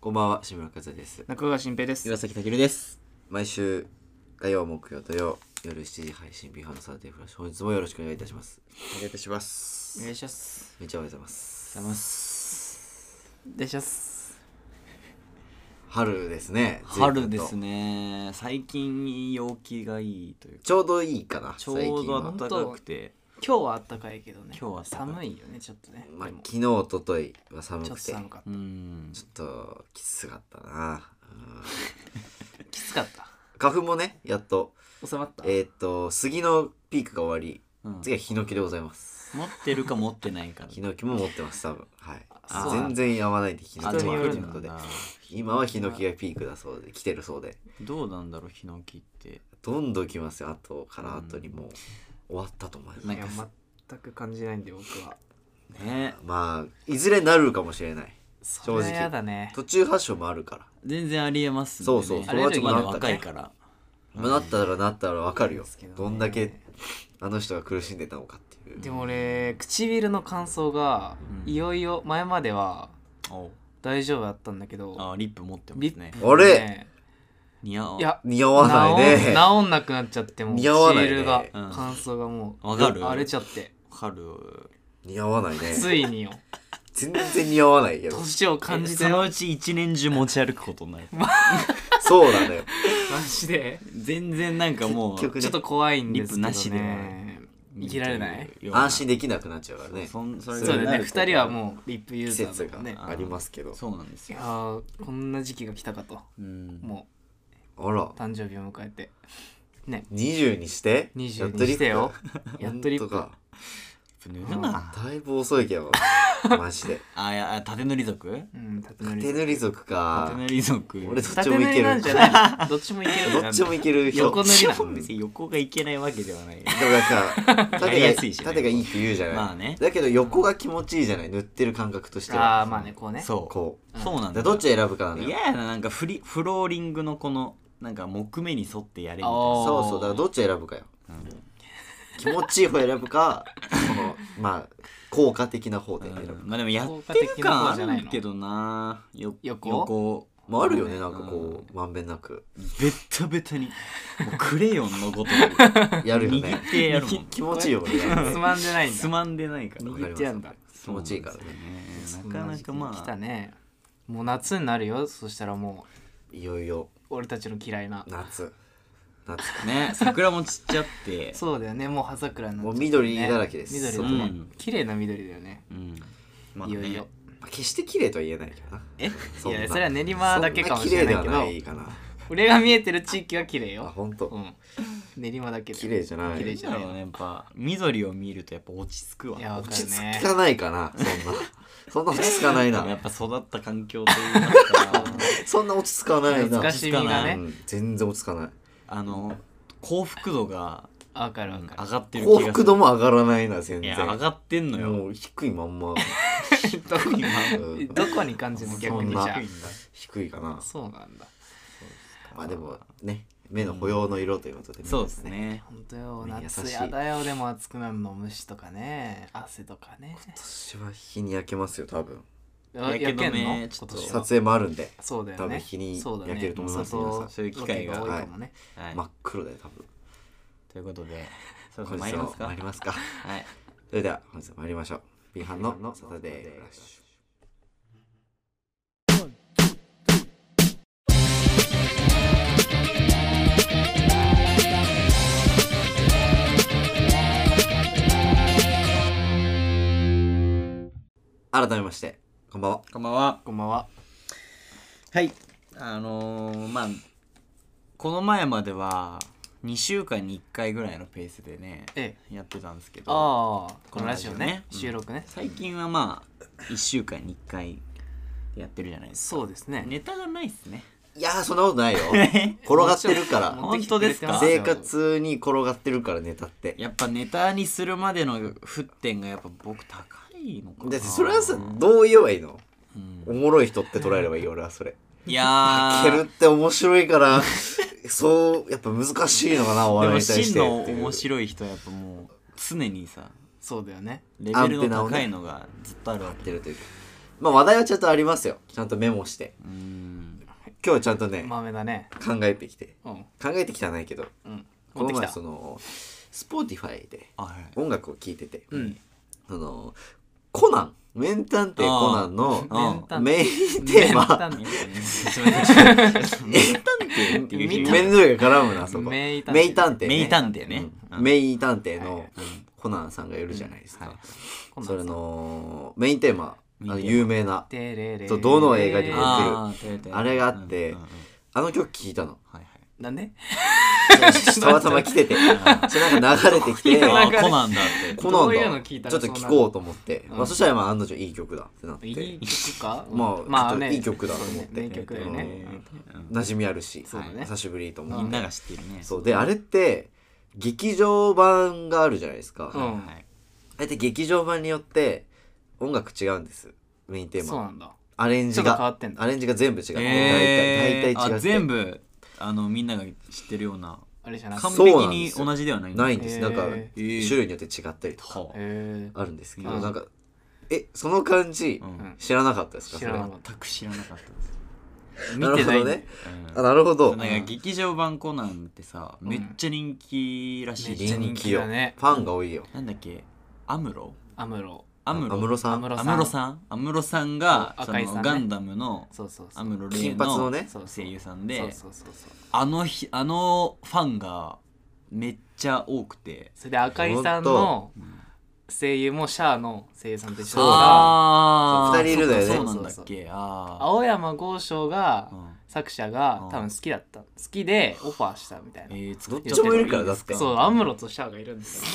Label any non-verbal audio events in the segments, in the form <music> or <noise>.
こんばんは、志村和也です。中川新平です。岩崎たけるです。毎週火曜、木曜、土曜、夜7時配信、ビハーのサーティフラッシュ。本日もよろしくお願いいたします。お願いいたします。お願いします。めっちゃおめでとうございます。ざいます。お願いします。春ですね。春ですね。ね。最近陽気がいいというか、ちょうどいいかな、ちょうど最近は暖かくて、今日は暖かいけどね。今日は暖か寒いよね、ちょっとね。まあ、でも昨日、一昨日は寒ちょっとくて、ちょ寒かっうん。っときつかったな。うんた。きつかった。花粉もね、やっと、収まった。えーっと、杉のピークが終わり、うん次はヒノキでございます。持ってるか持ってない <laughs> か。ヒノキも持ってます、多分。はいあそう。全然やまないでヒノあキでももあ人るによとるいうんだことでな。 <laughs> 今はヒノキがピークだそうで、来てるそうで。どうなんだろう、ヒノキって。どんどん来ますよ後から後にもう終わったと思います、ないんやか、全く感じないんで、僕は。ね。まあいずれなるかもしれないそ正れはや直だね。途中発症もあるから、全然ありえますんでね。そうそうあれはちょっとまだ若あれいだから。まあ、なったらなったら分かるよですけど,、どねんだけあの人が苦しんでたのかっていうでも俺、唇の乾燥が、うんいよいよ前まではお大丈夫だったんだけど、あ、リップ持ってますリねッ。あプれね似合う。いや、似合わない治ねん治んなくなっちゃって、もう、似合わないね唇が、うん乾燥がもう、わかる荒れちゃって。春。似合わないねついに <laughs> よ。全然似合わないけど年を感じてそのマうち一年中持ち歩くことになる。そうなの <laughs> よジで全然なんかもう結、局ねちょっと怖いんですけどリップなしでね生きられない安心できなくなっちゃうからねそんそれでそうだなねる2人はもうリップユ季ーザ節ーだがもんねありますけど、そうなんですいやよ。ーこんな時期が来たかとうん。もあらう誕生日を迎えてね20にしてやっ20とにリしッてよプやっとリップ本塗るな。当かだいぶ遅いけ <laughs> どマジであ、いや、あ縦塗り族うん縦塗り手塗り族か縦塗り族。俺どっち縦もい塗けりるなんじゃないどっちもいけるどっちもいける人横塗りなうんで別に横がいけないわけではないよ。もなんかや縦りがやいすいしね縦がいいって言うじゃない、まあねだけど横が気持ちいいじゃない塗ってる感覚としてはああまあねこうねそこう。そうなうんだだ。からどっち選ぶかなの嫌よやな、なんかフリ、フローリングのこの、なんか木目に沿ってやれみたあいな。ーそうそうだからどっち選ぶかよ、気持ちいい方選ぶかこのまあ効果的な方で選ぶ、うんまあでもやってる感あるけどなよ横横まああるよねなんかこうまんべんなくベッタベ <laughs> タにもうクレヨンのごとくやるよね握ってやるもん <laughs> 気持ちいいよねつまんでないんつだまんでないから握ってやんだ気持ちいいからねそうなんですよねなかなかま来あたねもう夏になるよそしたらもういよいよ俺たちの嫌いな夏夏ね桜も散っちゃって <laughs> そうだよねもう葉桜になっちゃもったねう緑だらけです緑そだこね、は綺麗な緑だよねうんまあいよいねよまあ決して綺麗とは言えないけどなえそんないやそれは練馬だけかもしれないけどそん綺麗ではないかな俺が見えてる地域は綺麗あよ、本当、うん、練馬だけで綺麗じゃない綺麗大じ事ゃなだいよねやっぱ緑を見るとやっぱ落ち着くわいやわか落ちる着ねかないかなそん <laughs> なそんな落ち着かないやなっぱ育った環境というかそんな落ち着かないな懐かしみがいねうん全然落ち着かないあの幸福度があわかうるわんか上る、がってる気が幸する福度も上がらないな全い然や上がってんのよもう低いまん <laughs> まどこにうん <laughs> どこに感じるの逆にじそんなゃ低いかあなそうなんだまあでもね目の保養の色ということで、そうですね本当よね優し夏いやだよでも暑くなるの虫とかね汗とかね私は日に焼けますよ多分あやけどねやちょっと今年は撮影もあるんでそうだよね多分日にそうだね焼けると思います皆さんそういう機会が外ロケ多いかもね、はい真っ黒で多分ということでそろそ本ろ参日りまもすか参りますかはいそれでは本日も参りましょう B 班のサタデーフラッシュ改めましてこんばんはこんばんはこんばんははいあのー、まあこの前までは2週間に1回ぐらいのペースでねええやってたんですけどああこのラジオねうん収録ね、最近はまあ1週間に1回やってるじゃないですかそうですねネタがないっすねいやーそんなこと <laughs> ないよ転がってるか持らってきてくれてます生よ活に転がってるからネタってやっぱネタにするまでの沸点がやっぱ僕高いのかなだってそれはさどう言えばいいのうんおもろい人って捉えればいいよ俺はそれいや蹴ーるって面白いから、そう、やっぱ難しいのかな、おで笑いもに対し真て。の面い。白い人はやっぱもう常にさそうだよねレベルの高いのがずっとあるわっけてるというかまあ話題はちゃんとありますよちゃんとメモしてうん今日ちゃんとね豆だね考えてきてうん考えてきたないけどうんこの持ってき前たその Spotify であはい音楽を聴いてて、うんそのコナン名探偵コナンのあ <laughs> ーメインテーマメイン探偵ってい面う日倒いから絡むなそこメイン探偵名探偵ね名う探偵ねんうん名イ探偵はいはのコナンさんがいるじゃないですか、うんはいコナンさそんれのメインテーマあのメインテーマ有名なテレレとどの映画にもあーててあれがあってうんうんうんあの曲聴いた <laughs> のはいはいなんでたまたま来ててそれなんか流れてき <laughs> てどういうあ流れーコナンだってコナどういうンのだちょ聞いったとらそうなる聴こうと思って、うんまあ、そしたらまあ案の定いい曲だってなっていい曲か <laughs> まあまちょっあとねいい曲だと思って名曲だよねうん馴染みあるし、そうだね久しぶりと思みっんて、なが知ってるねそうであれって劇場版があるじゃないですか、うあんはいれって劇場版によって音楽違うんですメインテーそうマなんだアレンジちょっと変わがってんだアレンジが全部違う、大体大えー体違ってあ全部あのみんなが知ってるようなあれじゃなく完そてう璧なんでにすよ同じではないないんです、へーなんかへー種類によって違ったりとかはあへあるんですけど、うんなんかえその感じ、うん知らなかったですか知らなかっ全く知らなかったですそれ見なるてほないどんだねあなるほうどんなんか劇場版コナンってさんめっちゃ人気らしいめっちゃじゃん人気だねファンが多いよなんだっけアムロアムロアムロ安室さ安ん室アムロさんアムロさんがそうそ赤井さんのねガンダムのそうそうそうアムロレイ金髪ののねそうそう声優さんでそうそうそうそうあの日あのファンがめっちゃ多くてそれで赤井さんの声優もシャアの声優さんと一緒そうだだからあそあう二人いるだよねそうなんだっけあ青山剛昌があうん作者がうん多分好きだった好きでオファーしたみたいなえー、作っどっちもいるからだってそうアムロとシャアがいるんですよ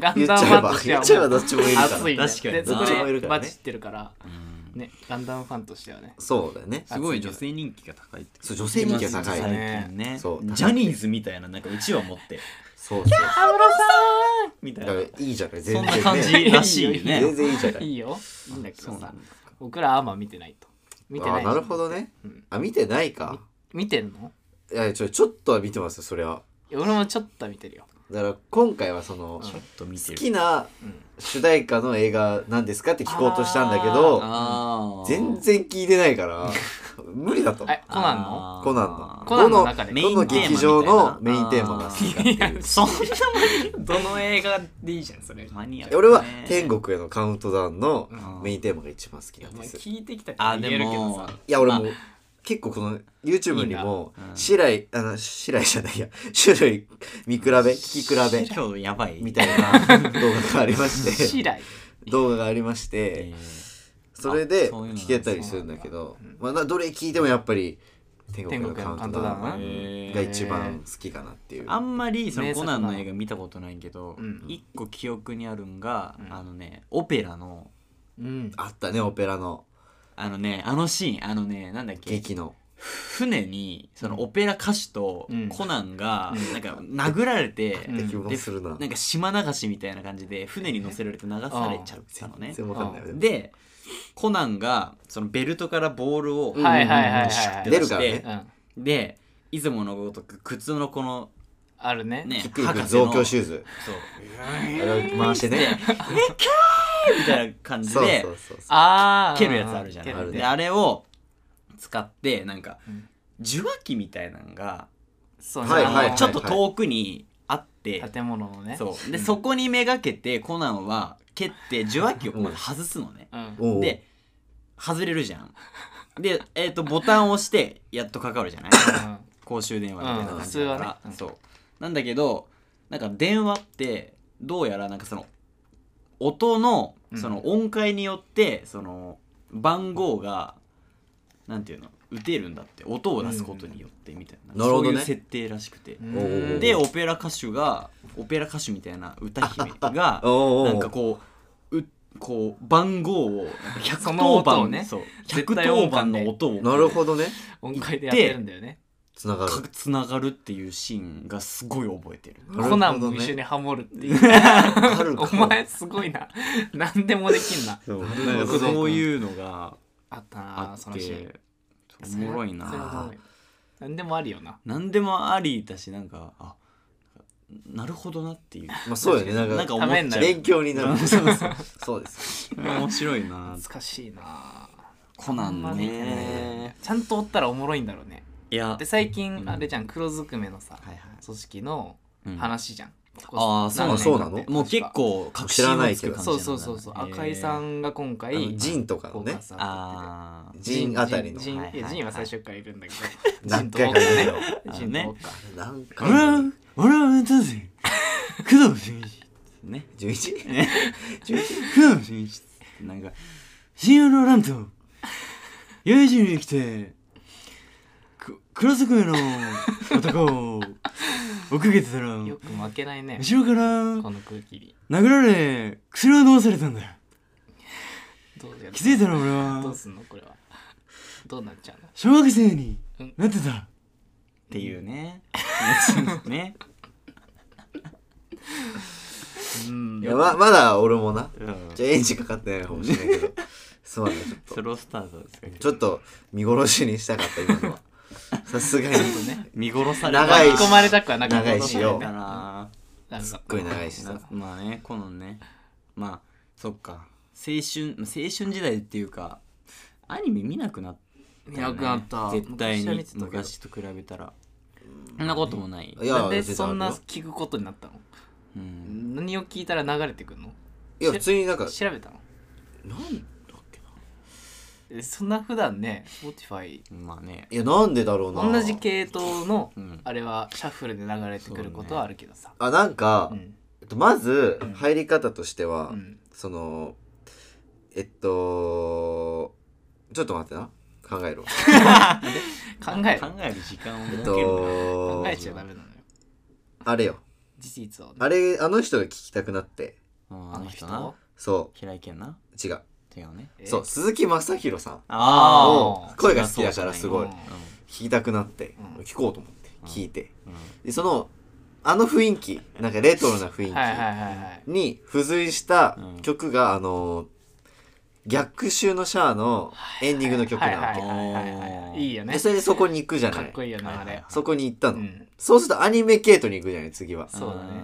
ガ言っンちダムゃフえァンばとして言っちゃえばはもどうっちもいるから熱いんだよ確かにでそこどっちもいるでからねマジ知ってるからうんねガンダムファンとしてはねそうだよねすごい女性人気が高いってそう女性人気が高い最近ねそうジャニーズみたいななんかうちわ持ってそうそうアムロさんみたいだなからいいじゃない全然、そんね、な感じらしいよ全ね然いいじゃないいいよいいんだけそどうなさんだ僕らあんま見てないと見てないあなるほどね、うんあ見てないか見てんのいやちょちょっとは見てますよそれはいや俺もちょっとは見てるよだから今回はその、ちょっと見て好るきなうん主題歌の映画なんですかって聞こうとしたんだけどあー全然聞いてないから <laughs> 無理だとえコナンのあーコナンのコナンの中でどのどの劇場のメメイインンテテーーママがみ好たきいかっなていう <laughs> いやそんなもんどの映画でいいじゃんそれマニアックね俺は天国へのカウントダウンのうんメインテーマが一番好きなんおで前すい聞いてきたからあ言えでるけどもさや俺まも結構この YouTube にもいいなうん白井あの白井じゃないや種類見比べ聞き比あべ今日やばいみたいな動画がありま <laughs> して次第動画がありましてえそれであそういうの聞けたりするんだけどまあなどれ聞いてもやっぱり天国への天国へカウのンカウントトダダウウンンーが一番好きかなっていうあんまりその名コ作ナだなンの映画見たことないけどうん一個記憶にあるんがうんあのねオペラのうんあったねオペラのあのねあのシーンあのねなんだっけ劇の船にそのオペラ歌手とうんコナンがなんか殴られてうん気もするななんか島流しみたいな感じで船に乗せられて流されちゃったのね全然わかんないよねでコナンがそのベルトからボールをはいはいはいはいシュッて出出るしからねてうんで出雲のごとく靴のこのあるねねキック博士増の強シューズそう <laughs> あれを回してで「えねっかー!」みたいな感じそうでそうそうそうああ蹴るやつあるじゃん蹴あるねであれを使ってなんかうん受話器みたいなのがそうねはいはいああののはいちょっと遠くにあって建物のねそうでそこにめがけてコナンは蹴って受話器をまず外すのねうんおうで外れるじゃんで、えー、とボタンを押してやっとかかるじゃない公衆電話みたいな感じだかうん普通はらね、うんそうなんだけどなんか電話ってどうやらなんかその音のうんその音階によってその番号がなんていうの打てるんだって音を出すことによってみたいな、うんなるほどねそういう設定らしくて、うおうおうんでオペラ歌手がオペラ歌手みたいな歌姫 <laughs> がおうおうなんかこううこう番号をなんかその110音番をねそう絶対音110番感での音をなるほどね音階でやってるんだよねつなが <laughs> るつながるっていうシーンがすごい覚えてるなるほどねコナンも一緒にハモるっていうあるおか前すごいな何でもできんなそうなるほどねそういうのがあったなあそっのシーンておもろいそれはおもなろい何でもあるよな何でもありだしなんかあなるほどなっていうまあそうよねなんかなんか思っためにちなゃる勉強になるそうそうですう面白いな懐かしいなコナンねちゃんと追ったらおもろいんだろうねいやで最近あれじゃん黒ずくめのさはいはい組織のうん話じゃん、ああそうなのそうなのもう結構確知らないけど信をつく感じなそんうだそうそうそう赤井さんが今あの回ジンとかのねあージンあたりのジンはいはいいはやいジンは最初からいるんだけどジ <laughs> 何ンと回か言うよウォーカージンとウォーカー何回俺はも俺は歌うぜ工藤俊一ね 11? 工藤俊一なんか新ウロランと友人に来てく黒ずくめの男を追っかけてたらよく負けないね後ろからこの空気に殴られ薬を飲まされたんだよどうやる気づいたら俺どうはすんのこれはどうなっちゃうの小学生にうんなってたっていうねねうんいやままだ俺もなうんじゃあエンジンかかってないかもしれないけどそうだねちょっとソロスタートですよちょっと見殺しにしたかった今のはさすがにね見殺され長いし巻き込まれたくはなかった長いしよなだんなかすっごい長いしさなまあねこのねまあそっか青春まあ青春時代っていうかアニメ見なくなった、ね、見なくなった絶対昔は見にてたけど昔と比べたらそんなこともないいやなんで別にあそるよんな聞くことになったのうん何を聞いたら流れてくるのいや普通になんか調べたのなんだっけなえそんな普段ね Spotify まあねいやなんでだろうな同じ系統のうんあれはシャッフルで流れてくることはあるけどさあなんか、うんえっとまず入り方としては、うんそのえっとちょっと待ってな考えろ考える考える時間をえっ設けると考えちゃダメなのよあれよ事実をねあれあの人が聞きたくなってうんああのの人人なそ平井堅なう違う、違うねえそう鈴木雅弘さんあーの声が好きだからすごいうん聞きたくなって、うん聞こうと思って聞いて、うんでそのあの雰囲気なんかレトロな雰囲気、はいはいはいはいに付随したうん曲が、あの逆襲のシャアのエンディングの曲なはいの、はいはいはいはいはいいいよねでそれでそこに行くじゃなかいっこいいよなあれそこに行ったの、うんそうするとアニメ系統に行くじゃない次はそうだねね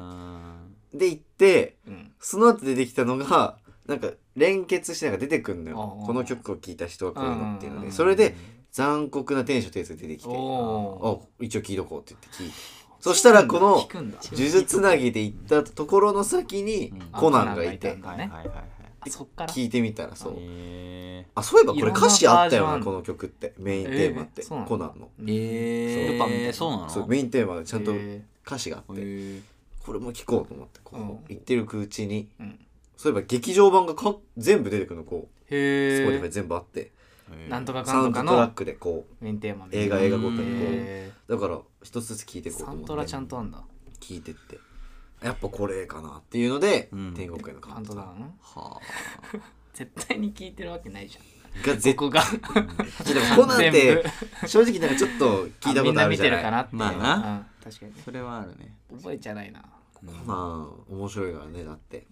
で行ってうんその後出てきたのがなんか連結してなんか出てくんのおうおうおようこの曲を聴いた人はこういうのっていうのうんうんうでんそれで残酷な天使のテース出てきておあ一応聴いとこうって言って聴いてそしたらこの聞くんだ呪術つなぎで行ったところの先にうんコナンがいあてコナンがいたんだねはいはいはいあそっから聞いてみたらそうえあそういえばこれ歌詞あったよいろんななバージョこンの曲ってメインテーマって、えーそうなのコナンのうんえそうルパンみたいなそうなのそうメインテーマがちゃんとえ歌詞があって、へえこれも聞こうと思ってこう、うん言ってるうちにーうんそういえば劇場版がか全部出てくるのこう、へ Spotify え全部あってなんとかサかウんンとかドトラッのクでこメインテーマみたい映な画映画ごとにこう、へだから一つずつ聞いていーこうとサン思トラっちてゃんとあんだ聞いてってやっぱこれかなっていうので、うん天国へのカカウウンントトダダウウンンは絶対に聞いてるわけないじゃがん絶ここが対でもコナンっ全て部正直なんかちょっと聞いたこみんとあなる見じゃてなるいかなってまあなうん確かにねそれはあるね覚えちゃないなコナン面白いからねだって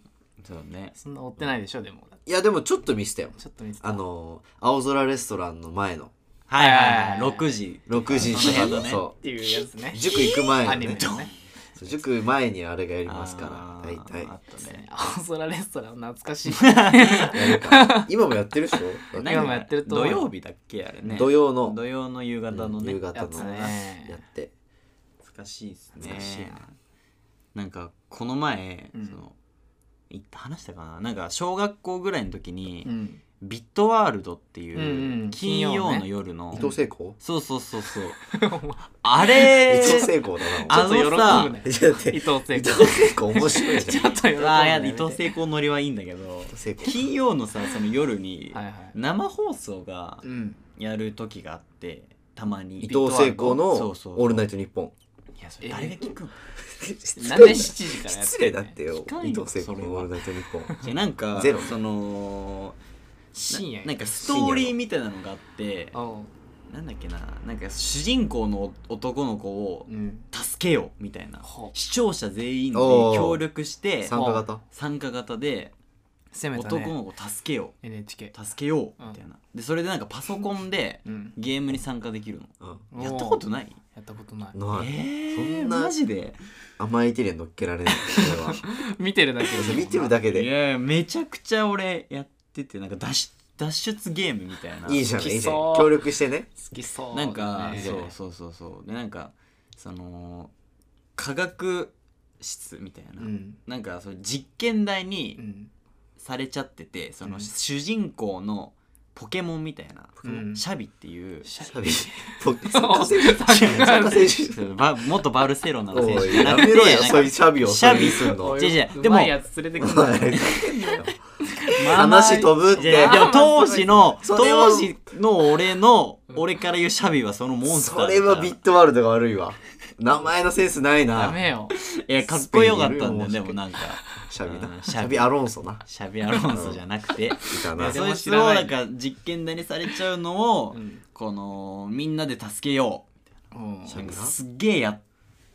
そうねそんな追ってないでしょでもいやでもちょっと見せたよちょっと見てたあの青空レストランの前のはいいははいいははいい6時6時とかの、ねそっていうやつねう塾行く前のアニメねのねそう塾前にあれがやりますかあらー大体あったね青空レストラン懐かしいやるから今もやってるでしょ <laughs> 何今もやってると思う土曜日だっけあれね土曜の土曜の夕方のね夕方やつのねやって懐かしいですね懐かしいななんかこの前、うんその言った話したかななんか小学校ぐらいの時に、うんビットワールドっていうんううん金曜の夜の、伊藤聖子そうそうそうそうあれ伊藤聖子だな <laughs> あのさちょっと喜ぶおね前ちょっと待って伊藤聖伊子藤聖子面白いじちゃ <laughs> ょんっと喜ぶねあーいや伊藤聖子乗りはいいんだけど伊藤聖子金曜のさその夜にはいはい生放送がうんやる時があってたまに伊藤聖子のそ「うそうオールナイトニッポンいやそれ誰が聞くの」なんで7時からやってんの失礼だってよ聞かんよ伊藤聖子それの「はオールナイトニッポン」いやなんかゼロその深夜やなんかストーリーみたいなのがあっておうなんだっけななんか主人公の男の子をうん助けようみたいなほう視聴者全員でおー協力して参加型参加型で攻めた男ねの子助けよ NHK う助けよううんみたいなでそれでなんかパソコンでうんゲームに参加できるのうんやったことないやったことないない、えーそんなマジで甘い手で乗っけられない俺は見てるだけで見てるだけいでやめちゃくちゃ俺やっててなんか脱出脱出ゲームみたいないいじゃんいきそういじゃん協力してね好きそうなんか、ねそうそうそうそうでなんかその科学室みたいな、うんなんかその実験台うにんされちゃってて、そのうん主人公のポケモンみたいな、うんシャビっていうシサャビビポサッカー選手サッカー選手バ元バルセロナの選お手いじゃなやくてめろやなんかそういうシャビをシャビするのおおいい違う違ううでもまいやつ連れてくるな話飛ぶっいやいてやでも当時のそれは当時の俺の俺から言うシャビはそのモンスタそーだかられはビットワールドが悪いわ名前のセンスない <laughs> ダなメよいやかっこよかったんスペインいるよだよでもなんかシャビうんなシシャビャビアロンソないシャビアロンソじゃなくてたいなやでもそいつをなんか実験台にされちゃうのを、うんこのみんなで助けようんシうャビなすっげえやっ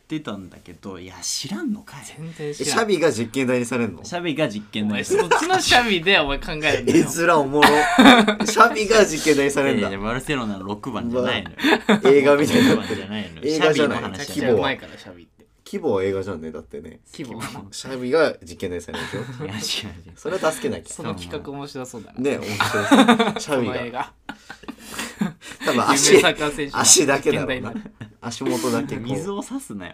てたんだけどいや知らんのかい全然え知シらャんビが実験台にされるのシャビが実お験台前にされそたっちのシャビでお前考えるんだ絵よ面お <laughs> もろシャビが実験台にされるいんだやいやバルセロナの6番じゃないのよ映画みたいに6なっ番てじるゃないのよ映シャ画じビゃのないめちゃく話じちゃ規模ゃうないはまいからシャビって規模は映画じゃんねだってね規模シャビが実験台にされるでしょいや違う違うそれは助けなきそゃの企画面白そうだなね面白 <laughs> いシこャビの映が画多分有名足サッカー選手の足だけだろう現代なの足元だけこう水を差すなよ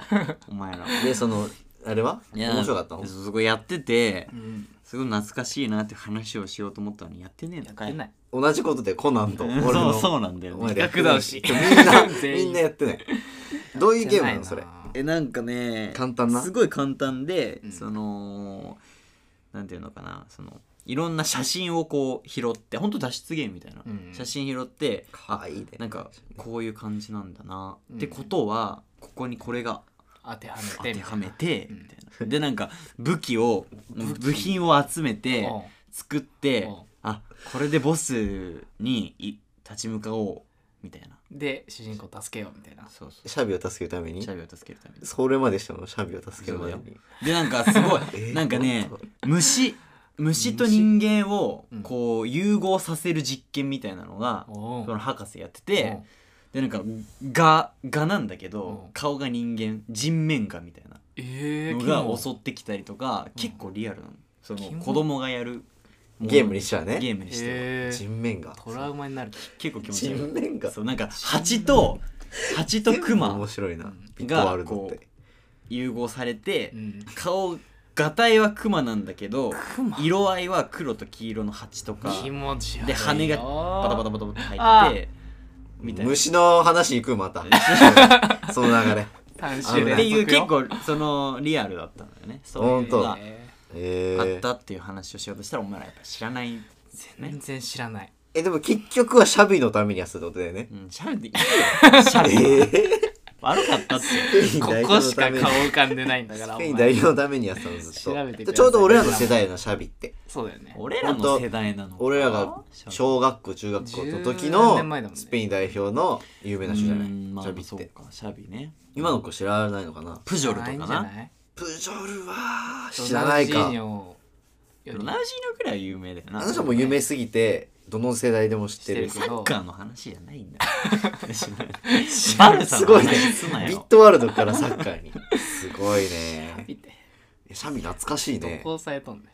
お前らでそのあれはいや面白かったのそこやっててうんすごい懐かしいなって話をしようと思ったのにやってねえんだやっかてないい同じことでコナンと俺 <laughs> そのうそうなんだよお前ねらやって企画倒しみん <laughs> な全員みんなやってないどういうゲームなのそれえなんかね簡単なすごい簡単で、うんそのなんていうのかなそのいろんな写真をこう拾ってほんと脱出ゲームみたいな、うん写真拾ってかわいいねなんかこういう感じなんだな、うんってことはここにこれが当ては当めててはめてうんみたいなでなんか武器を部品を集めてうん作ってうんあこれでボスにい立ち向かおうみたいなで主人公助けようみたいなそうそうシャビを助けるためにチャビを助けるためにそれまでしたのシャビを助けるまでそうだにでなんかすごい、 <laughs> えーなんかね本虫虫と人間をうんこう融合させる実験みたいなのが、おうその博士やっておてう、でなんかががなんだけど、うん顔が人間人面がみたいなええのが襲ってきたりとか、うん結構リアルなのそキのモ子供がやるものゲームにしたらねゲームにしてはえー人面がトラウマになる結構気持ちい人い面がそうなんか蜂と蜂とク面マ白いなビットがワールドって融合されて、うん顔がたいはクマなんだけどクマ色合いは黒と黄色の蜂とか気持ち悪いで羽がババタバタバタバタ入あってみたいなっ虫の話行くまた <laughs> その流れ3週のて連いう続結よ構そのリアルだったんだよねそう本いうの当がええあっーたっていう話をしようとしたらお前らやっぱ知らないですーよね全、然知らないえでも結局はシャビのためにやってたってことだよねうん、シャルでいいよシャルは悪かったってここしか顔浮かんでないんだからスおペイン前代表のためにやってたのずっ調べてくだとさいちょうど俺らの世代のシャビってそうだよね俺らの世代なのか俺らがシャル小学校中学校の時10の年前だもんねスペイン代表の有名な人じゃないシうんまあャビっそうてかシャビね今の子知らないのかなプジョルなといんかじゃなないプジョルは知らないロナウかジーニョよりロナウジーニョくらいは有名だよなあの人も有名すぎてどの世代でも知ってる知ってビるサッカーの話じゃないんだ。シャルさんの話すなッよ。トワールドからサッカーにすごいね見てシャビ懐かしいどねこ抑えとんね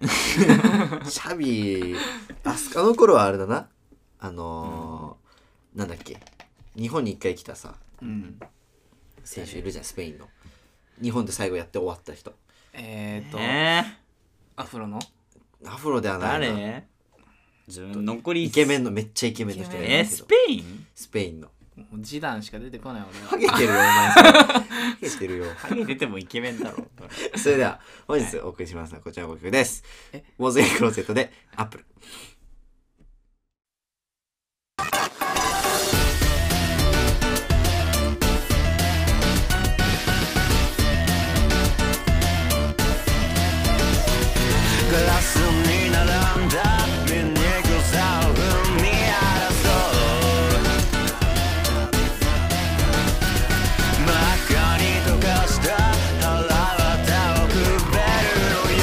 シャビあすあの頃はあれだなあのーなんだっけ日本に一回来たさうん選手いるじゃんスペインの日本で最後やって終わった人えーとえアフロのアフロではー、ないな誰自分残りイケメンのめっちゃイケメンの人イケがいメるんえだー、けスどペインスペインのもうジダンしか出てこないハ俺はゲてるよお前それハゲてるよハゲ出てもイケメンだろ。 <laughs> それでは本日お送りしますのはこちらの曲ですえウォーズエイクローゼットでアップルグラスに並んだビニールサウンに争う真っ赤に溶かした腹渡をくべるのよ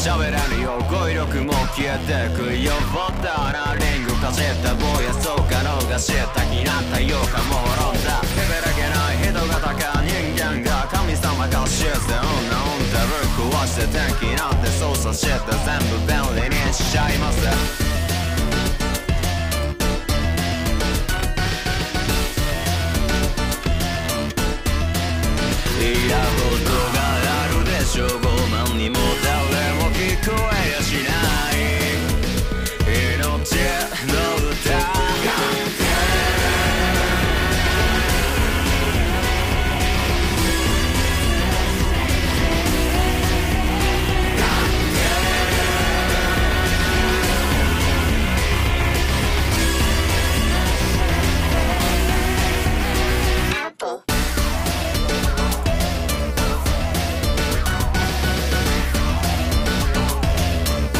喋れぬよ語彙力も消えてくよボタンなリングかじった坊やそうかのが知った気なったよかも滅んだへべらけない人がか人間が神様かシステムなんてぶっ壊して天気なんて操作して全部便利にしちゃいますいやことがあるでしょう傲慢にも誰も聞こえやしない命の歌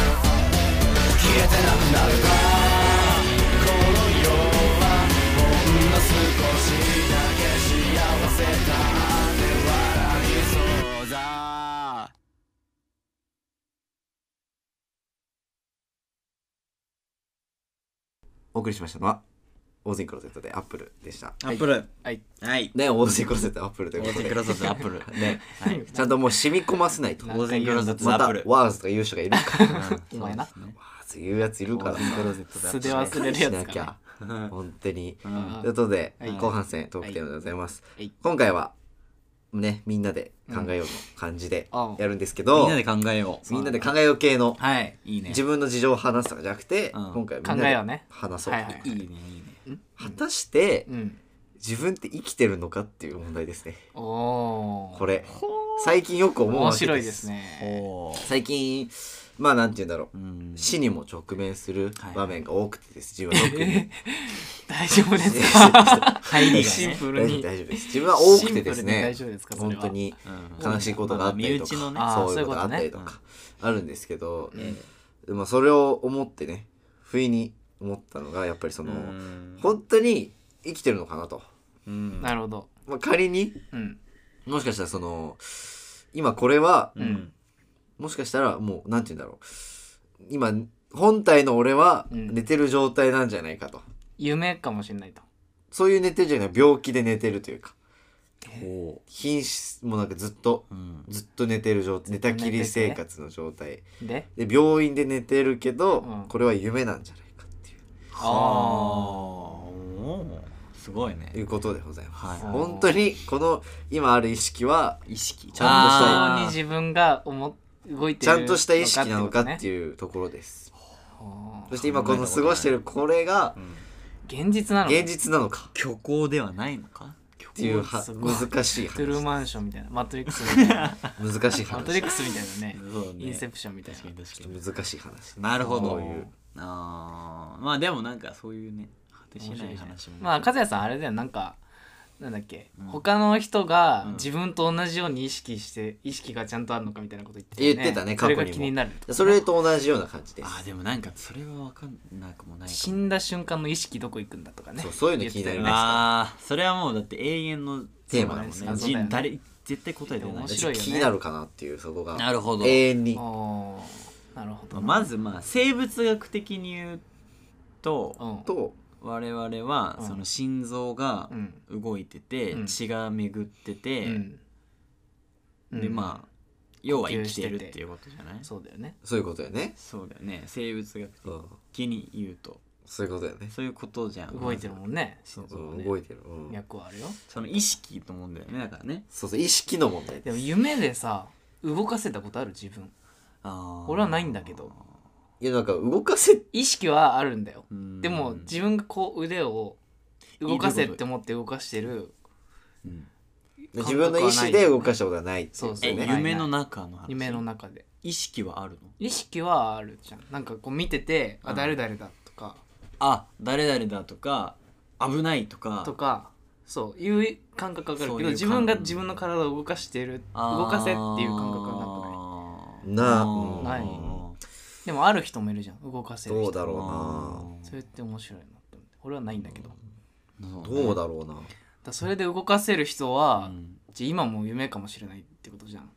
消えてなくなるかこの世はほんの少しだけ幸せだって笑いそうだお送りしましたのは大勢クローゼットでアップルでしたアップルはいはいね大勢クローゼットアップルという大こと勢でクローゼットアップル <laughs> ねはい <laughs> ちゃんともう染み込ませないとな大勢クローゼットまアッたプルワーズとか言う人がいるからワお前なーズ言うやついるから大勢クローゼットでアッ素プで忘れルるやつしなきかゃ本当にうんということで、はい後半戦トークテーマでございます、はい今回はねみんなで考えようの感じでうんやるんですけみど、んなで考えようみんなで考えよう系のはいいいね自分の事情を話すとかじゃなくて、うん今回はみん考えよなうでね話そう、はいはいいいねいいね果たしてうん自分って生きてるのかっていう問題ですねおおこれ最近よく思うわ面け白いですねおー最近まあなんて言うんだろう、うん死にも直面するはい場面が多くてです、自分は特に大丈 <laughs> 夫ですか入りがシンねプル大丈夫に大丈夫です自分は多くてですシンプルにね大丈夫ですかそれ本は当にうん悲しいことがあったりとか、まあまあ身内のねそういうことがあったりとあーそういうかこあるんですけど、まあ、それを思ってね不意に思ったのがやっぱりその、うん本当に生きてるのかなと、うんなるほどまあ、仮にうんもしかしたらその今これはうんもしかしたらもうなんて言うんだろう今本体の俺はうん寝てる状態なんじゃないかと、夢かもしれないとそういう寝てるじゃない病気で寝てるというかお瀕死もうなんかずっとーうんずっと寝てる状態寝たきり生活の状態でで病院で寝てるけど、うんこれは夢なんじゃないかっていうあーすごいねいうことでございます、はい本当にこの今ある意識は意ちゃん識としたい本当に自分が思っ動いてちるゃんとした意識なのかっていういうところですことねそして今この過ごしてるこれが現実なの現実なのか虚構ではないのかっっていうはすごい難しいトゥルー話マンションみたいなマトリックスみたい <laughs> な難しいマト話リックスみたいなねそうだねインセプションみたいな確かに確かに難しい話なるほどこういうあーまあでもなんかそういうね果てしない話もまあ和也さんあれだよなんかなんだっけ、他の人がうん自分と同じように意識して意識がちゃんとあるのかみたいなこと言ってよ言ってたね過去それにもが気になるそれと同じような感じですあーでもなんかそれはわかんなくもないかも死んだ瞬間の意識どこ行くんだとかねそうそういうの気になり言ってたよねますあーそれはもうだって永遠のテーマだもんテーねマです人ね誰絶対答えてない面白いよね気になるかなっていうそこがなるほど永遠におーなるほどな、まずまあ生物学的に言うとうんと我々はうんその心臓がうん動いてて、うん血が巡ってて、うんでうんまあ要は呼吸生きてるっしててていうことじゃないそそううだよねそういうことよねだよね生物学うん的に言うとそういうことよねそういうことじゃん動いてるもんねそううそんう、ね、動いてるうん脈はあるよその意識と思うんだよねだからねそうそう意識の問題でも夢でさ動かせたことある自分あ俺はないんだけどいやなんか動かせ意識はあるんだよででも自分がこう腕を動かせって思って動かしてる自分の意思で動かしたことはないっていそうえねないない夢の中の話夢の中で意識はあるの意識はあるじゃんなんかこう見てて「うあん誰々だ」とかあ誰々だとか危ないとかとかそういう感覚わかるそうけいうど自感分が自分の体を動かしてるあー動かせっていう感覚はなくないなあうんーないでもある人もいるじゃん動かせるど人うだろうなあーそれって面白いなって思って俺はないんだけどだかどうだろうならそれで動かせる人うはんじゃあ今も夢かもしれないってことじゃん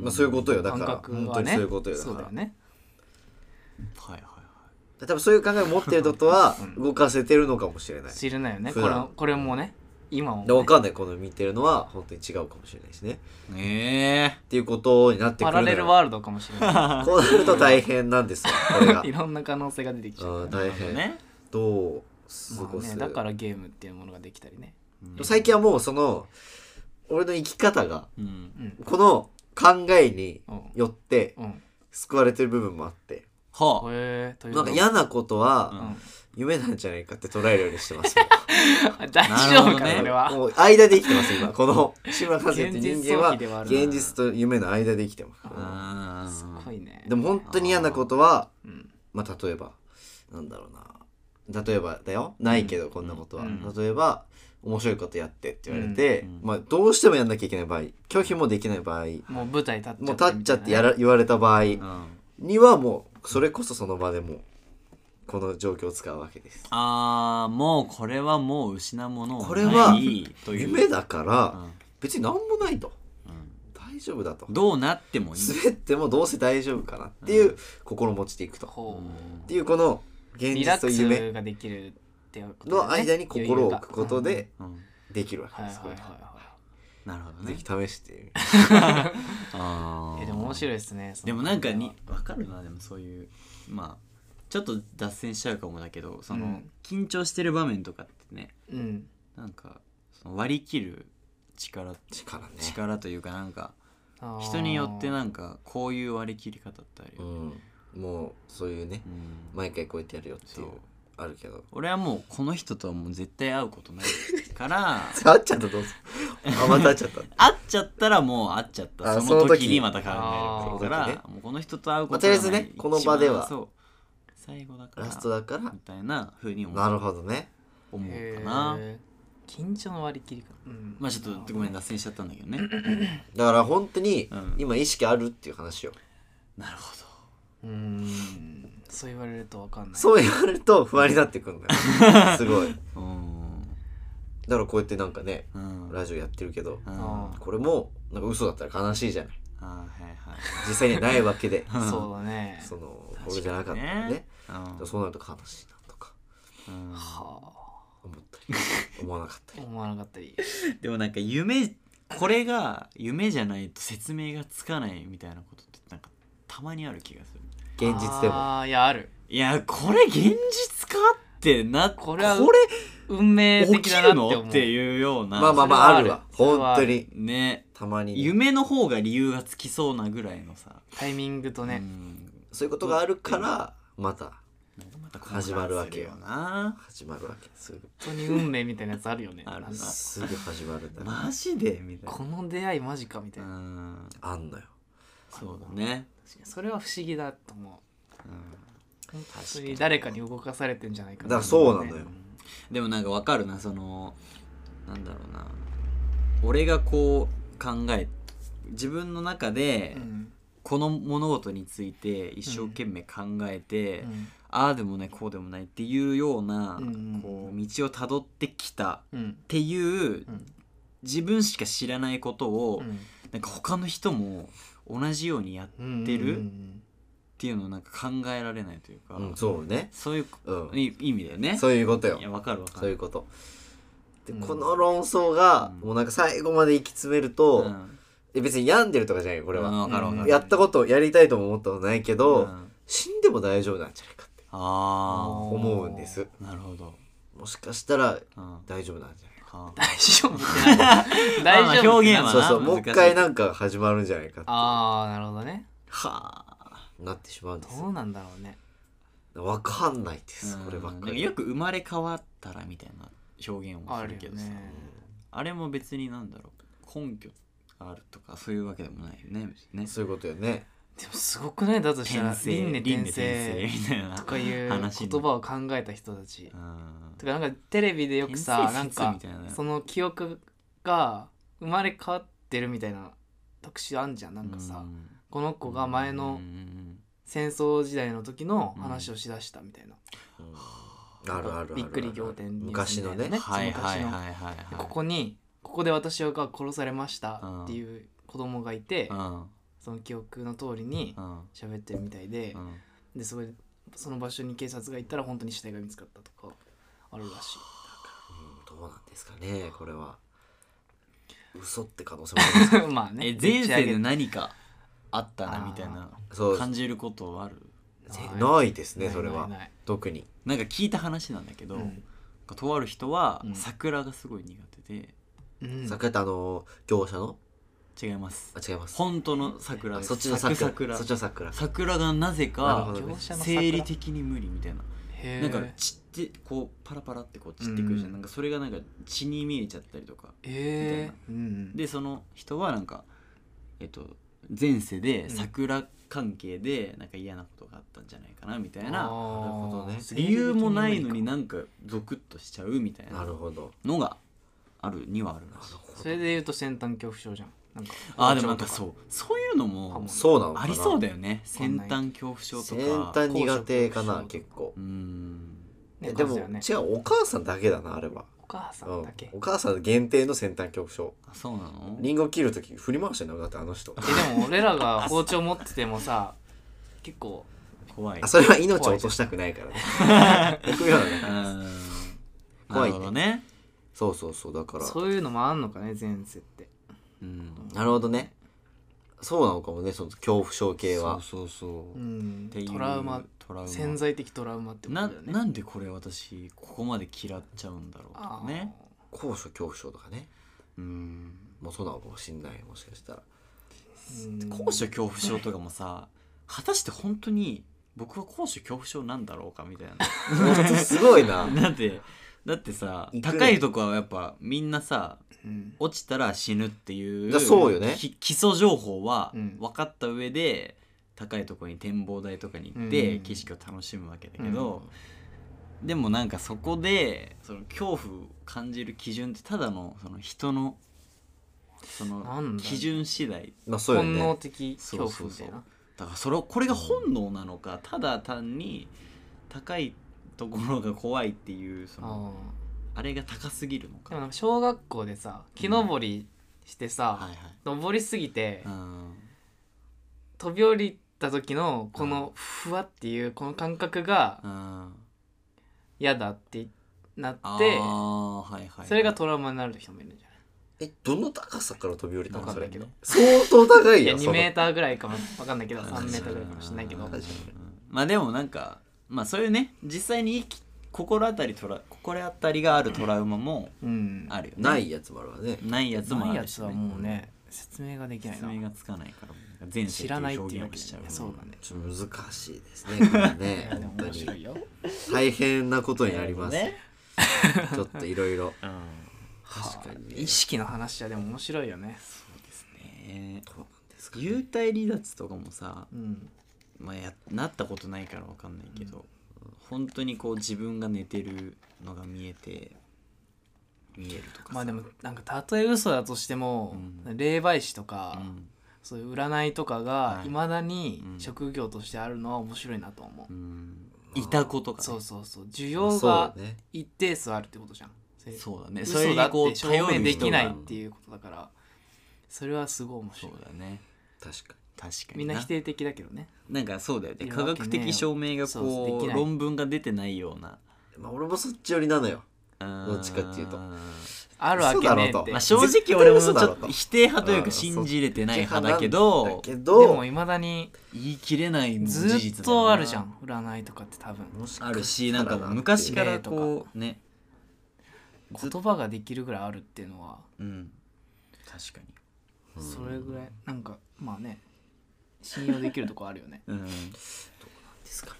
まあ、そういうことよだか感ら、覚本は当にねそういうことよだかそらうだよねはいはい多分そういう考えを持ってることは動かせてるのかもしれない、知らないよね普これ段これもね今もねで分かんないこの見てるのは本当に違うかもしれないしねはいえっていうことになってくパるのラよレルワールドかもしれなこうなると大変なん <laughs> ですよこれがいいろんな可能性が出てきちゃううん大え変ねどう過まあごす、ね、だからゲームっていうものができたりねでも最近はもうその俺の生き方がうんうんこの考えによってうん救われてる部分もあってはへえというなんかや嫌なことは夢なんじゃないかって捉えるようにしてますも <laughs> う大丈夫かなるほどねなそれはもう間で生きてます今この志村和也っていう人間は現実逃避ではあるな現実と夢の間で生きてますあすーごいねでも本当に嫌なことはうんまあ例えばなんだろうな例えばだよないけどこんなことは、うん例えば面白いことやってって言われて、うんまあ、どうしてもやんなきゃいけない場合拒否もできない場合もう舞台立っちゃってもう立っちゃってやら言われた場合うんにはもうそれこそその場でもうこの状況を使うわけですあーもうこれはもう失うものをこれはないという夢だからうん別に何もないとうん大丈夫だとどうなってもいい滑ってもどうせ大丈夫かなっていう心持ちでいくとっこていうこのう現リラ実ックと夢スができるっていうことだよのね間に心を置くこと余裕でうんできるわがけうんではいすはこれいはいぜはなるほどねひ試してみてあいーえでも面白いですねでもなんかに分かるなでもそういうまあちょっと脱線しちゃうかもだけどその、うん緊張してる場面とかってねうんなんかその割り切る力力ね力というかなんかあー人によってなんかこういう割り切り方ってあるよ、うん、もうそういうねうん毎回こうやってやるよっていうそうあるけど俺はもうこの人とはもう絶対会うことないから <laughs> 触っちゃったどうするあまた会っちゃった会っちゃったらもう会っちゃったあそのその時時にまた考えるかあーらその時もうこの人と会うまあことりあえはずない、ねこの場では一番そう最後だから <laughs> ラストだかみらたいなふうに思うなるほどね思うへかーな緊張の割り切りかうんまあちょっとごめん脱線しちゃったんだけどねだから本当にうん今意識あるっていう話を、なるほどうーんそう言われるとわかんないそう言われると不安になってくるんだよすごいだうーんからこうやってなんかねうんラジオやってるけどああこれもなんか嘘だったら悲しいじゃないーはいはい実際にはないわけでーそうだねそのこ確かにねれじゃなかったらねだからうそうなると悲しいなとかんうんは思ったり思わなかったあり思わなかったりでもなんか夢これが夢じゃないと説明がつかないみたいなことってなんかたまにある気がする現実でもあーいやあるいやこれ現実かってなこれはこ運命れ起的きだなっるて思のうっていうようなまあまあまああるわそれはあ本る当にねたまにね、夢の方が理由がつきそうなぐらいのさタイミングとうねんそういうことがあるからまたなんかまた混乱始まるわけよすな始まるわけすぐ本当に運命みたいなやつあるよねあるなんかすぐ始まるんだよマジでみたいなこの出会いマジかみたういな、んあんのよそうだね確かにそれは不思議だと思うんう本当に誰かに動かされてんじゃないだかなからそうなのよでもなんかわかるなそのなんだろうな俺がこう考え自分の中でうんこの物事について一生懸命考えて、うんああでもないこうでもないっていうような、うんうんうんこう道をたどってきたっうんていう、うん自分しか知らないことを、うんなんか他の人も同じようにやっうんてるうんていうのをなんか考えられないというか、うんそうねそういううんいい意味だよね。そういうことよいやわかるわかるそういうことでうんこの論争がうんもうなんか最後まで行き詰めるとうんえ別に病んでるとかじゃないよこれうんはわかるわかるやったことをやりたいとも思ったことないけうどん死んでも大丈夫なんじゃないかってあ思うんですあなるほど、もしかしたらうんは大丈夫なんじゃないかあ大丈夫ってなんだまあ大丈夫って表なん現まはだあそうそうなもう難しい一回なんか始まるんじゃないかああなるほどねはあってなってしまうんですどうなんだろうねわかんないですこればっかなんりよく生まれ変わったらみたいな表現をあするるよけどさあ,、ねれも別になんだろう根拠があるとかそういうわけでもないよね別にねそういうことよねでもすごくないだとしたら転生輪廻転輪廻生転生みたいなとかいう話に言葉を考えた人たちうんてかなんかテレビでよくさなん転生説かみたいなねその記憶が生まれ変わってるみたいな特集あんじゃんなんかさ、うんこの子が前のうん戦争時代の時の話をしだしたみたいな、うんあるあるあるあるびっくり仰天ニュース昔みたのいなねはいはいはいその昔のはいはいここにここで私が殺されましたうんっていう子供がいて、うんその記憶の通りにうん喋ってるみたいで、うんでそこでその場所に警察が行ったら本当に死体が見つかったとかあるらしいどうなんですかねこれは嘘って可能性もありますか <laughs> まあね <laughs> え前ぶ世でち上げ何かあったなみたいな <laughs> そう感じることはあるぜないですねないそれはないない特になんか聞いた話なんだけど、うんとある人はうん桜がすごい苦手で、うん桜ってあの業者の違いますあ違います本当の桜あですそっちの咲く桜桜そっちの桜桜がなぜなるかほど業者の桜生理的に無理みたいなへなんーか散ってこうパラパラってこう散ってくるじゃん、うんなんかそれがなんか血に見えちゃったりとかえーうんでその人はなんかえっと前世で桜関係でなんか嫌なことがあったんじゃないかなみたいあなーなるほどね理由もないのになんかゾクッとしちゃうみたいななるほどのがあるにはあるらしいそれで言うと先端恐怖症じゃんなんかあーでもなんかうそうそういうのかももそうなのかなありそうだよねわかん先ない端恐怖症と先か端苦手か高所恐怖な症結構うーんえねででもも違ねうお母さんだけだなあれはお母さうんんだけお母さん限定の先端恐怖症あそうなのリンゴ切るとき振り回してんだもんだってあの人えでも俺らが包丁持っててもさ結構怖いあそれは命を落としたくないからね行くよねうーん怖いねなるほどねそうそうそうだからそういうのもあんのかね前世ってうんなるほどねそうなのかもねその恐怖症系はそうそうそううっんていうトラウマトラウマ潜在的トラウマってことだなよねなんでこれ私ここまで嫌っちゃうんだろうとあかーね高所恐怖症とかねうんもうそうなのかもしんないもしかしたらうん高所恐怖症とかもさ果たして本当に僕は高所恐怖症なんだ <laughs> ろうかみたいほんとすごい <laughs> ななだってだって行さくね高いとこはやっぱみんなさうん落ちたら死ぬっていいやうそうよねき基礎情報はうん分かった上で、高いとこに展望台とかに行って、うん景色を楽しむわけだけど、でもなんかそこでその恐怖を感じる基準ってただのその人のそなのんだ基準次第まあそうよ本能ね的恐怖みたいなだからそれをこれが本能なのかただ単に高いところが怖いっていうそのあーあれが高すぎるのでかもなんか小学校でさ木登りしてはいさ、はい登りすぎて、うん飛び降りた時のこのふわっていうこの感覚がうん嫌だってなあってーはいはいそれがトラウマになる人もいるんじゃないえどの高さから飛び降りたわのかそんなれいけど相当高いいやよそ2のメーターぐらいかもわかんないけどうん3メーターぐらいかもしれないけどうん確かまあでもなんかまあそういうね実際に生き心当たりトラ心当たりがあるトラウマもうんあるよねないやつもあるわねないやつもないあやるしつね、はもうね説明ができない説な明がつかないから前世知ってらないいうって表いうわ現をけしちだゃようねそうだねちょっと難しいです <laughs> ねこれいねやでも本当面白いによ大変なことになりますねちょっとい <laughs> ろいろうん確かにね意識の話はでも面白いよねそうですねどうなんですかね幽体離脱とかもさ、うんまあ、やなったことないからわかんないけど、本当にこう自分が寝てるのが見えて見えるとかさまあでもなんかたとえ嘘だとしても、うん霊媒師とうか、んそういう占いとかはがいいまだにうん職業としてあるのは面白いなと思う、うんいたことかね、そうそうそう需まあ要そがうね一定数あるってことじゃんそれそうだねそれ嘘にだっこうて証明できない頼っる人がていうことだからそれはすごい面そ白ういだね確か確かにみんな否定的だけどねなんかそうだよねいる科わけね学的証明がそうそうこできうない論文が出てないようなにまあ俺もそっち寄りなのよどっちかっていうとあるわけねえ嘘だろっとて、ままであ、正絶直対俺もち嘘ょっだろと否定派といううかん信じれてない派だけだどけもどいまだに言い切れないもんず事っ実だよとなあるじゃん占いとかって多分もしかあるししたなんらかもう昔から例とかこうねずっ言葉ができるぐらいあるっていうのはうん確かにそれぐらいなんかまあね信用できるとこあるよねうんでねすかね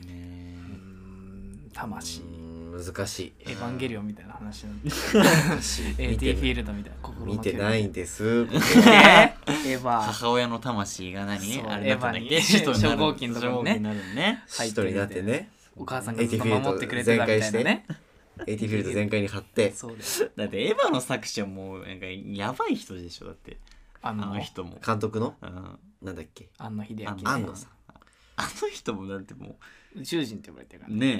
うーん魂うん難しいエヴァンゲリオンみたいな話なんで <laughs> 難しい AT 見フてィないールドみたいな心見のてないんですねエヴァ母親の魂が何そうあれだったんだっエヴァけに使徒になる <laughs> 初号機のところね初号機になるのね一人になってねお母さんがずっと守ってくれてたみたいなね AT フィールド全開に張ってそうですだってエヴァの作者もなんかやばい人でしょだってああのの人も監督のうんなんだっけ庵野秀あ明の庵野さんあの人もだっても宇宙人って呼ばれてるかうらね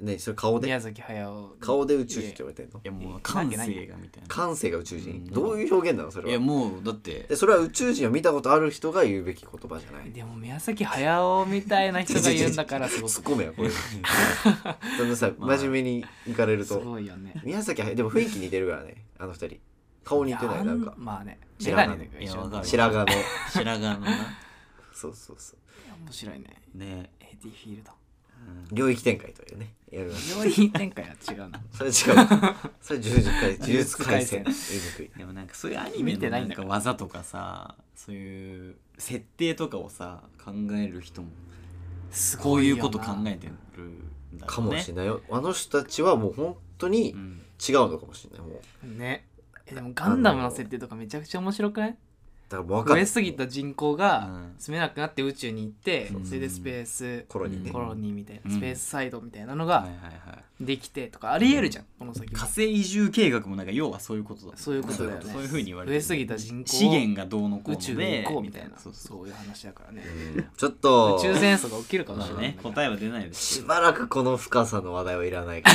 ねねそれ顔で宮崎駿顔で宇宙人って言われてんのやもう感性がみたいな感性が宇宙人、うんどういう表現なのそいれやはもうだってでそれは宇宙人を見たことある人が言うべき言葉じゃないでも宮崎駿みたいな人が言うんだからすご突っく込めよ <laughs> これそんなさまあ真面目にいかれるすとごいよね <laughs> 宮崎駿でも雰囲気似てるからねあの二人顔似てないなんかあまあね知メらガなネいでい一や緒わにかる白髪の白髪のなそうそうそう面白いねねエディフィールド領域展開というねやりました料理展開は違うなそれ違うそれ呪術回呪術廻戦呪言いにくいでもなんかそういうアニメ見てのなないんんだかから技とかさそういう設定とかをさ考える人もすこごういいようなこと考えてるんだかろうもねしれないよあの人たちはもう本当にうん違うのかもしれないもうねえでもガンダムの設定とかめちゃくちゃ面白くないだからもう分か増るえすぎた人口うがん住めなくなって宇宙に行って、うんそれでスペースコ頃にねうんロニーみたいな、うんスペースサイドみたいなのはいはがいはいできてとかありえるじゃん、この先火星移住計画もなんか要はそういうことだそういうことだよねそういうふうに言わ増れてるえすぎた人口を資源がどうのこう宇ので宙に行こうみたいなそそううそういう話だからねうんちょっと宇宙戦争が起きるかもしれまあないねんだから答えは出ないですしばらくこの深さの話題はいらないか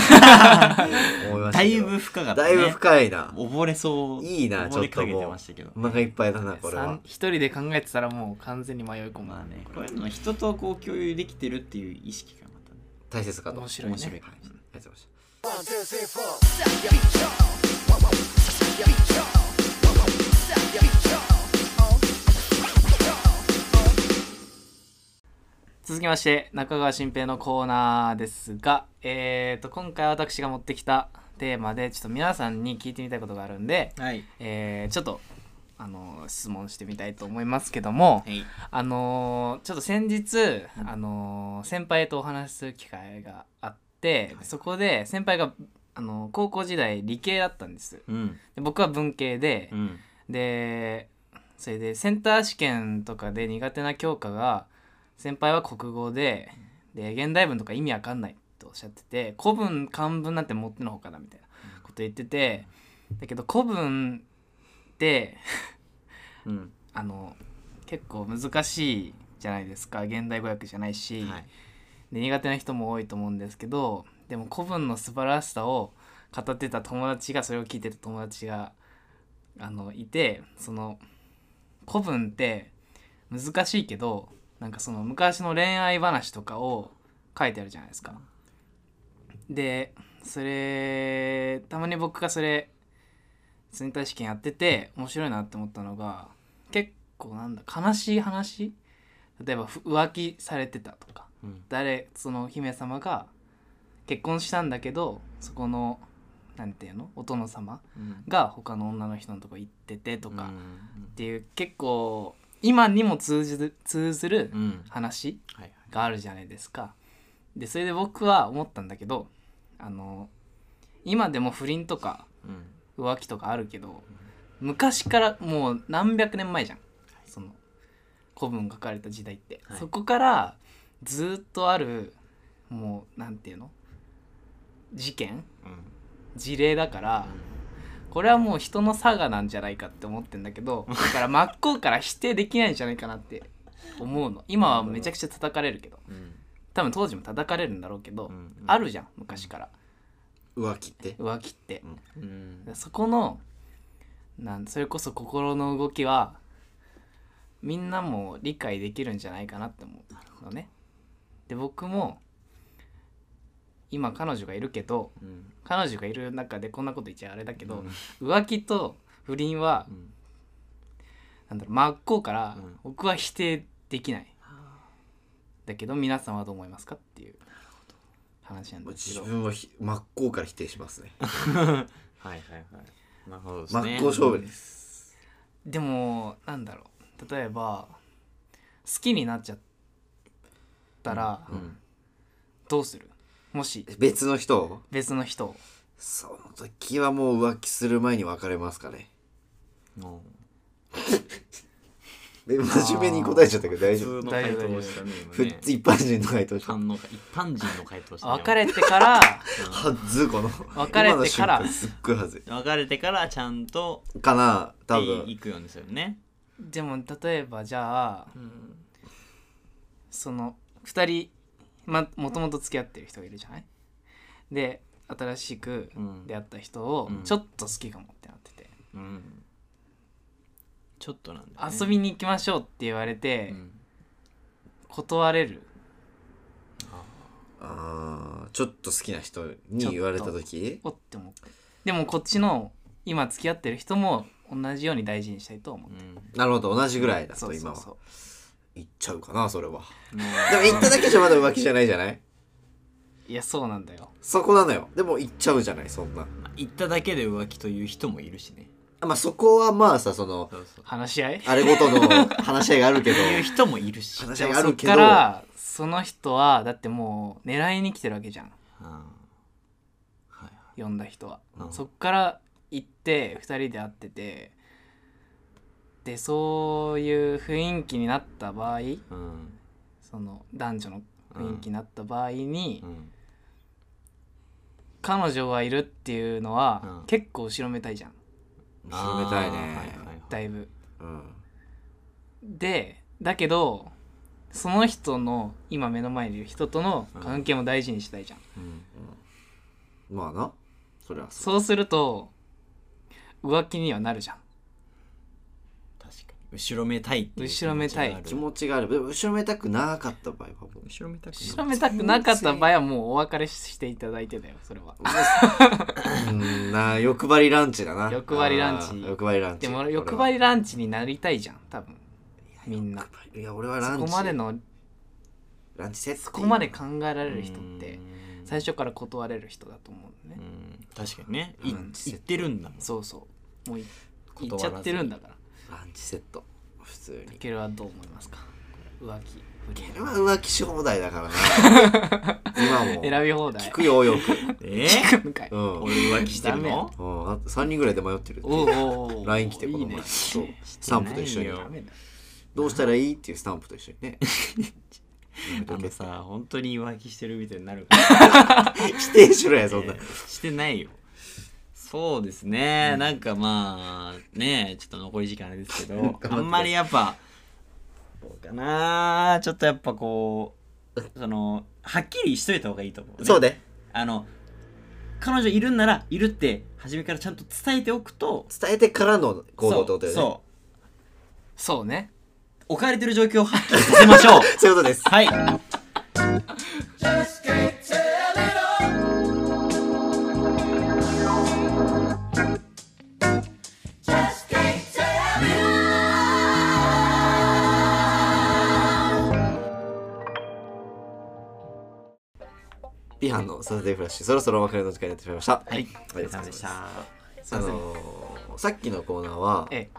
な思いましただけいどぶ深かっただねいぶ深いな溺れそういいなち溺ょれっとかけもてうましたけどお腹いっぱいだなこれさはん一人で考えてたらもう完全に迷い込む、まあねこういうのは人とこう共有できてるっていう意識がまたね大切かと面白いね面白いはい感あじりがとうございま続きまして中川新平のコーナーですが、えー、と今回私が持ってきたテーマでちょっと皆さんに聞いてみたいことがあるんで、はいえーちょっとあの質問してみたいと思いますけども、はいあのーちょっと先日、あのー先輩とお話しする機会があって、そこで先輩が、あのー高校時代理系だったんですうんで僕は文系で、うんでそれでセンター試験とかで苦手な教科が先輩は国語でで現代文とか意味わかんないとおっしゃってて古文漢文なんて持ってのほかだみたいなこと言っててだけど古文ってうんあの結構難しいじゃないですか現代語訳じゃないし、はいで苦手な人も多いと思うんですけどでも古文の素晴らしさを語ってた友達がそれを聞いてた友達があのいてその古文って難しいけどなんかその昔の恋愛話とかを書いてあるじゃないですか。でそれたまに僕がそれセンター試験やってて面白いなって思ったのが結構なんだ悲しい話例えばふ浮気されてたとかうん誰その姫様が結婚したんだけどそこのなんていうのお殿様うんが他の女の人のとこ行っててとかうっんていう結構今にも通じる通ずるうん話はいはいがあるじゃないですか。でそれで僕は思ったんだけどあの今でも不倫とかうん浮気とかあるけど昔からもう何百年前じゃんその古文書かれた時代って、はいそこからずっとあるもうなんていうの事件う事例だから、これはもう人の差がなんじゃないかって思ってんだけ <laughs> どだから真っ向から否定できないんじゃないかなって思うの今はめちゃくちゃ叩かれるけどんうん多分当時も叩かれるんだろうけど、うんあるじゃん昔からす浮気って浮気って。うんそこのなんそれこそ心の動きはみんなも理解できるんじゃないかなって思うのね。で僕も今彼女がいるけどうん彼女がいる中でこんなこと言っちゃあれだけど、浮気と不倫は、んなんだろう真っ向からん僕は否定できない。だけど皆さんはどう思いますかっていう話なんですけ自ど。分はひ真っ向から否定しますねはいはいはいなるほどです真っね向勝負ですでもなんだろう例えば好きになっちゃったらうんどうする、もし別の人を別の人をその時はもう浮気する前に別れますかねうんえ真面目に答えちゃったけど大普丈夫通の回答をしたねふっ今ね一般人の回答一者般の一般人の回答したね別れてから <laughs> はっずこの別れてから今の瞬間すっごいはず別れてからちゃんといかな多行分くようにするねでも例えばじゃあその2人まもともと付き合ってる人がいるじゃないで新しくうん出会った人をうんちょっと好きかもってなってて、うんちょっとなんだ、ね、遊びに行きましょうって言われて、うん断れるあーちょっと好きな人に言われた時おって思うでもこっちの今付き合ってる人も同じように大事にしたいと思う、うんなるほど同じぐらいだそうとそ今うはそう言っちゃうかなそれはもでも言っただけじゃまだ浮気じゃないじゃないいやそうなんだよそこなのよでも言っちゃうじゃないそんなう行っただけで浮気という人もいるしねあまあそこはまあさそのそうそう話し合いあれごとの話し合いがある <laughs> けどいう人もいるし話しで合いもがあそっるけどからその人はだってもう狙いに来てるわけじゃんあーはい呼んだ人は、うんそっから行って2人で会っててでそういう雰囲気になった場合うんその男女の雰囲気になった場合に、うん彼女がいるっていうのは、うん結構後ろめたいじゃん広めたいね、だいぶうんでだけどその人の今目の前にいる人との関係も大事にしたいじゃん、まあなそれはそうそうすると浮気にはなるじゃん確かに後ろめたいっていう気持ちがあ後ろめるたい気持ちがあればでも後ろめたくなかった場合はもう後ろめたくない後ろめたくなかった場合はもうお別れしていただいてだよそれはうん <laughs> な欲張りランチだな欲張りランチあー欲張りランチでも欲張りランチになりたいじゃん多分みんな欲張りいや俺はラそンチこまでのランチセットそこまで考えられる人っうてん最初から断れる人だと思うのうねん確かにねいうん行ってるんだもんそうそうもうい行っ断ちゃらずってるんだからランチセット普通にケルはどう思いますか浮気俺は浮気し放題だから <laughs> な今も選び放題聞くよよくえ聞くんかいうん俺浮気してるダメのうんあと3人ぐらいで迷ってるって <laughs> おうおうおう LINE 来てこいいのね前そうスタンプと一緒にしてないよどうしたらいいっていうスタンプと一緒にね <laughs> あのさ本当に浮気してるみたいになるから否定しろやそんな、 <laughs> えーしてないよそうですね、なんかまあねちょっと残り時間あれですけどあんまりやっぱどうかなちょっとやっぱこうそのはっきりしといた方がいいと思う、そうねあの彼女いるんならいるって初めからちゃんと伝えておくと伝えてからの行動ってことだよねそうそうねそう置かれてる状況をはっきりさせましょうそういうことです <laughs> はいピハンのサタデーフラッシュそろそろお別れの時間になってしまいましたはいあおり疲がとうございれ様までししたたあのーさっきのコーナーはえ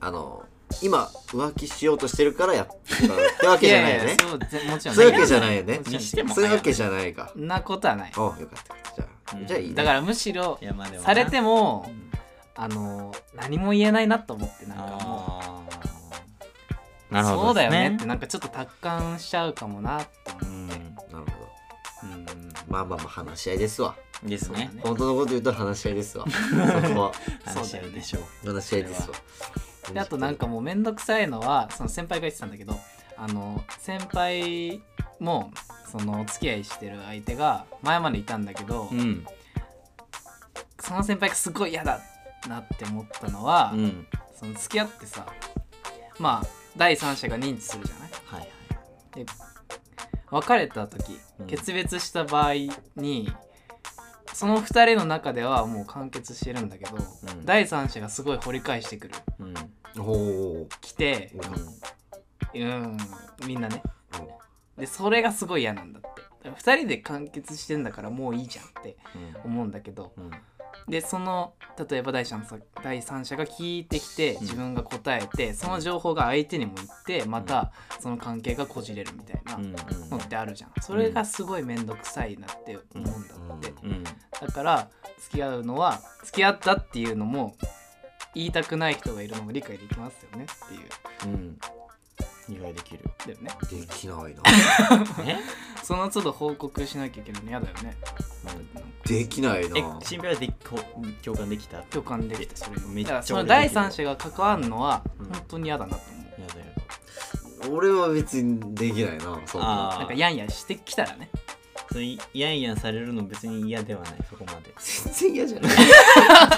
あのー今浮気しようとしてるからやったってわえけじゃないよねそうぜもちろんそういうわけじゃないよねにしてもそういうわけじゃないかそんなことはないおよかったじゃあ、うんじゃあいいねだからむしろいやまあでもなされてもんあの何も言えないなと思ってなんかもうあーなるほどそうだよねっでてすなんかちょっと達観しちゃうかもなって思うってなんるほどうまあまあまあ話し合いですわんですね。本当のこと言うと話し合いですわそこはそう話し合いでしょう。話し合いですわであとなんかもうめんどくさいのはその先輩が言ってたんだけどあの先輩もそのお付き合いしてる相手が前までいたんだけど、うん。その先輩がすごい嫌だなって思ったのは、うん。その付き合ってさまあ第三者が認知するじゃないはいはい。別れた時うん決別した場合に、その2人の中ではもう完結してるんだけど、うん第三者がすごい掘り返してくるうん。ほう来てううんみんなねでそれがすごい嫌なんだってだから2人で完結してんだからもういいじゃんって思うんだけどん。うん。でその例えば第三者第三者が聞いてきてん自分が答えて、その情報が相手にもいってまたその関係がこじれるみたいなうん。のってあるじゃんそれがすごい面倒くさいなって思うんだって、うん。だから付き合うのは付き合ったっていうのも言いたくない人がいるのも理解できますよねっていううん。理解できる。だよねできないなえ？その都度報告しなきゃいけないの嫌だよねできないなえ、新平はでこ共感できた？共感できたそれめにっちだゃからその俺できる第三者が関わるのはうん本当に嫌だなと思う、やだよ。俺は別にできないなそんなあーなんかやんやしてきたらねそといいやいやされるの別に嫌ではないそこまで全然嫌じ <laughs> ゃない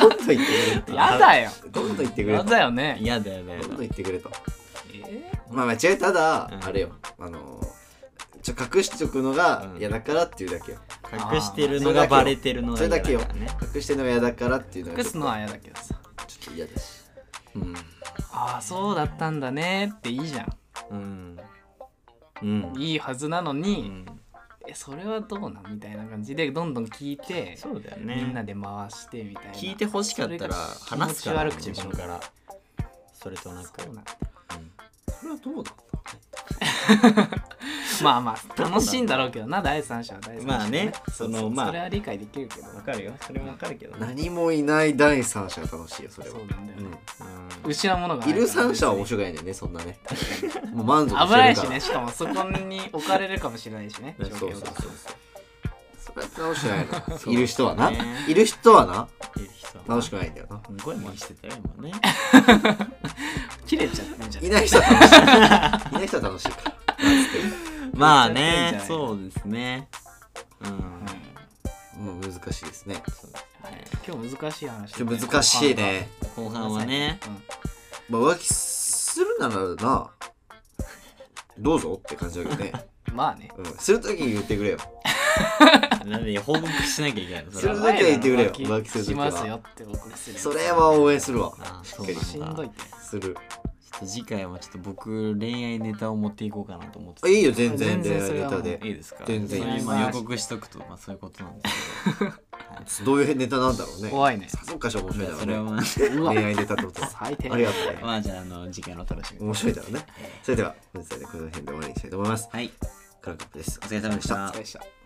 どんどん言ってくれとやだよどんどん言ってくれやとだよね嫌だよねどんどん言ってくれとえまあまあ違うただ、うんあれよあのちょ隠しておくのがうん嫌だからっていうだけよ、隠してるのがバレてるのがそれ嫌だけよからね隠してるのが嫌だからっていうのーが隠ちょっすのは嫌だけどさと嫌だしうんああそうだったんだねっていいじゃんうんうんいいはずなのうに、んえそれはどうなんみたいな感じでどんどん聞いて、そうだよみんなねで回してみたいな聞いて欲しかったらそれが話すから気持ち悪くて自分からそれとなくそうなんだそれはどうだまあまあ楽しいんだろうけどな第三者は第三者まあねそのまあそれは理解できるけどわかるよそれもわかるけどね何もいない第三者が楽しいよそれはそうなんだよねうん失うものがうんいる三者は面面白白くないんだよねそん <laughs> なねもう満足してるから危ないしねしかもそこに置かれるかもしれないしね <laughs> そう状そう況がそうそれは楽しくないな <laughs> いる人はな、そうだねいる人はないる人楽しくないんだよな声もしてたよ今ね切れちゃってんじゃんいない人は楽しいいない人は楽しいからなんつってもまあめっちゃやってんねじゃないそうですねうんもう難しいですねそうですね今日難しい話ちょっと難しいね後半はねまあ浮気するならなどうぞって感じだけどね、うんまあねうん、するときに言ってくれよなんで報告しなきゃいけないのそそれれはだけは言ってくれよ浮浮気気するするし時まはすよって報告するそれは応援するわあそうなんだしんどいってするちょっと次回はちょっと僕恋愛ネタを持っていこうかなと思ってあていいよ全然全然恋愛ネタそれでいいですか全然いいまあです今予告しとくと、まあ、そういうことなんですどういうネタなんだろうね怖いね <laughs> そっかし面け白いだどろそうれはねまあうわ恋愛ネタってことは最低ありがとうねまあ <laughs> じゃああの次回のお楽しみに面白いだろうねそれでは本日はねこの辺で終わりにしたいと思いますはいクランクアップですお疲れ様でしたお疲れ様でした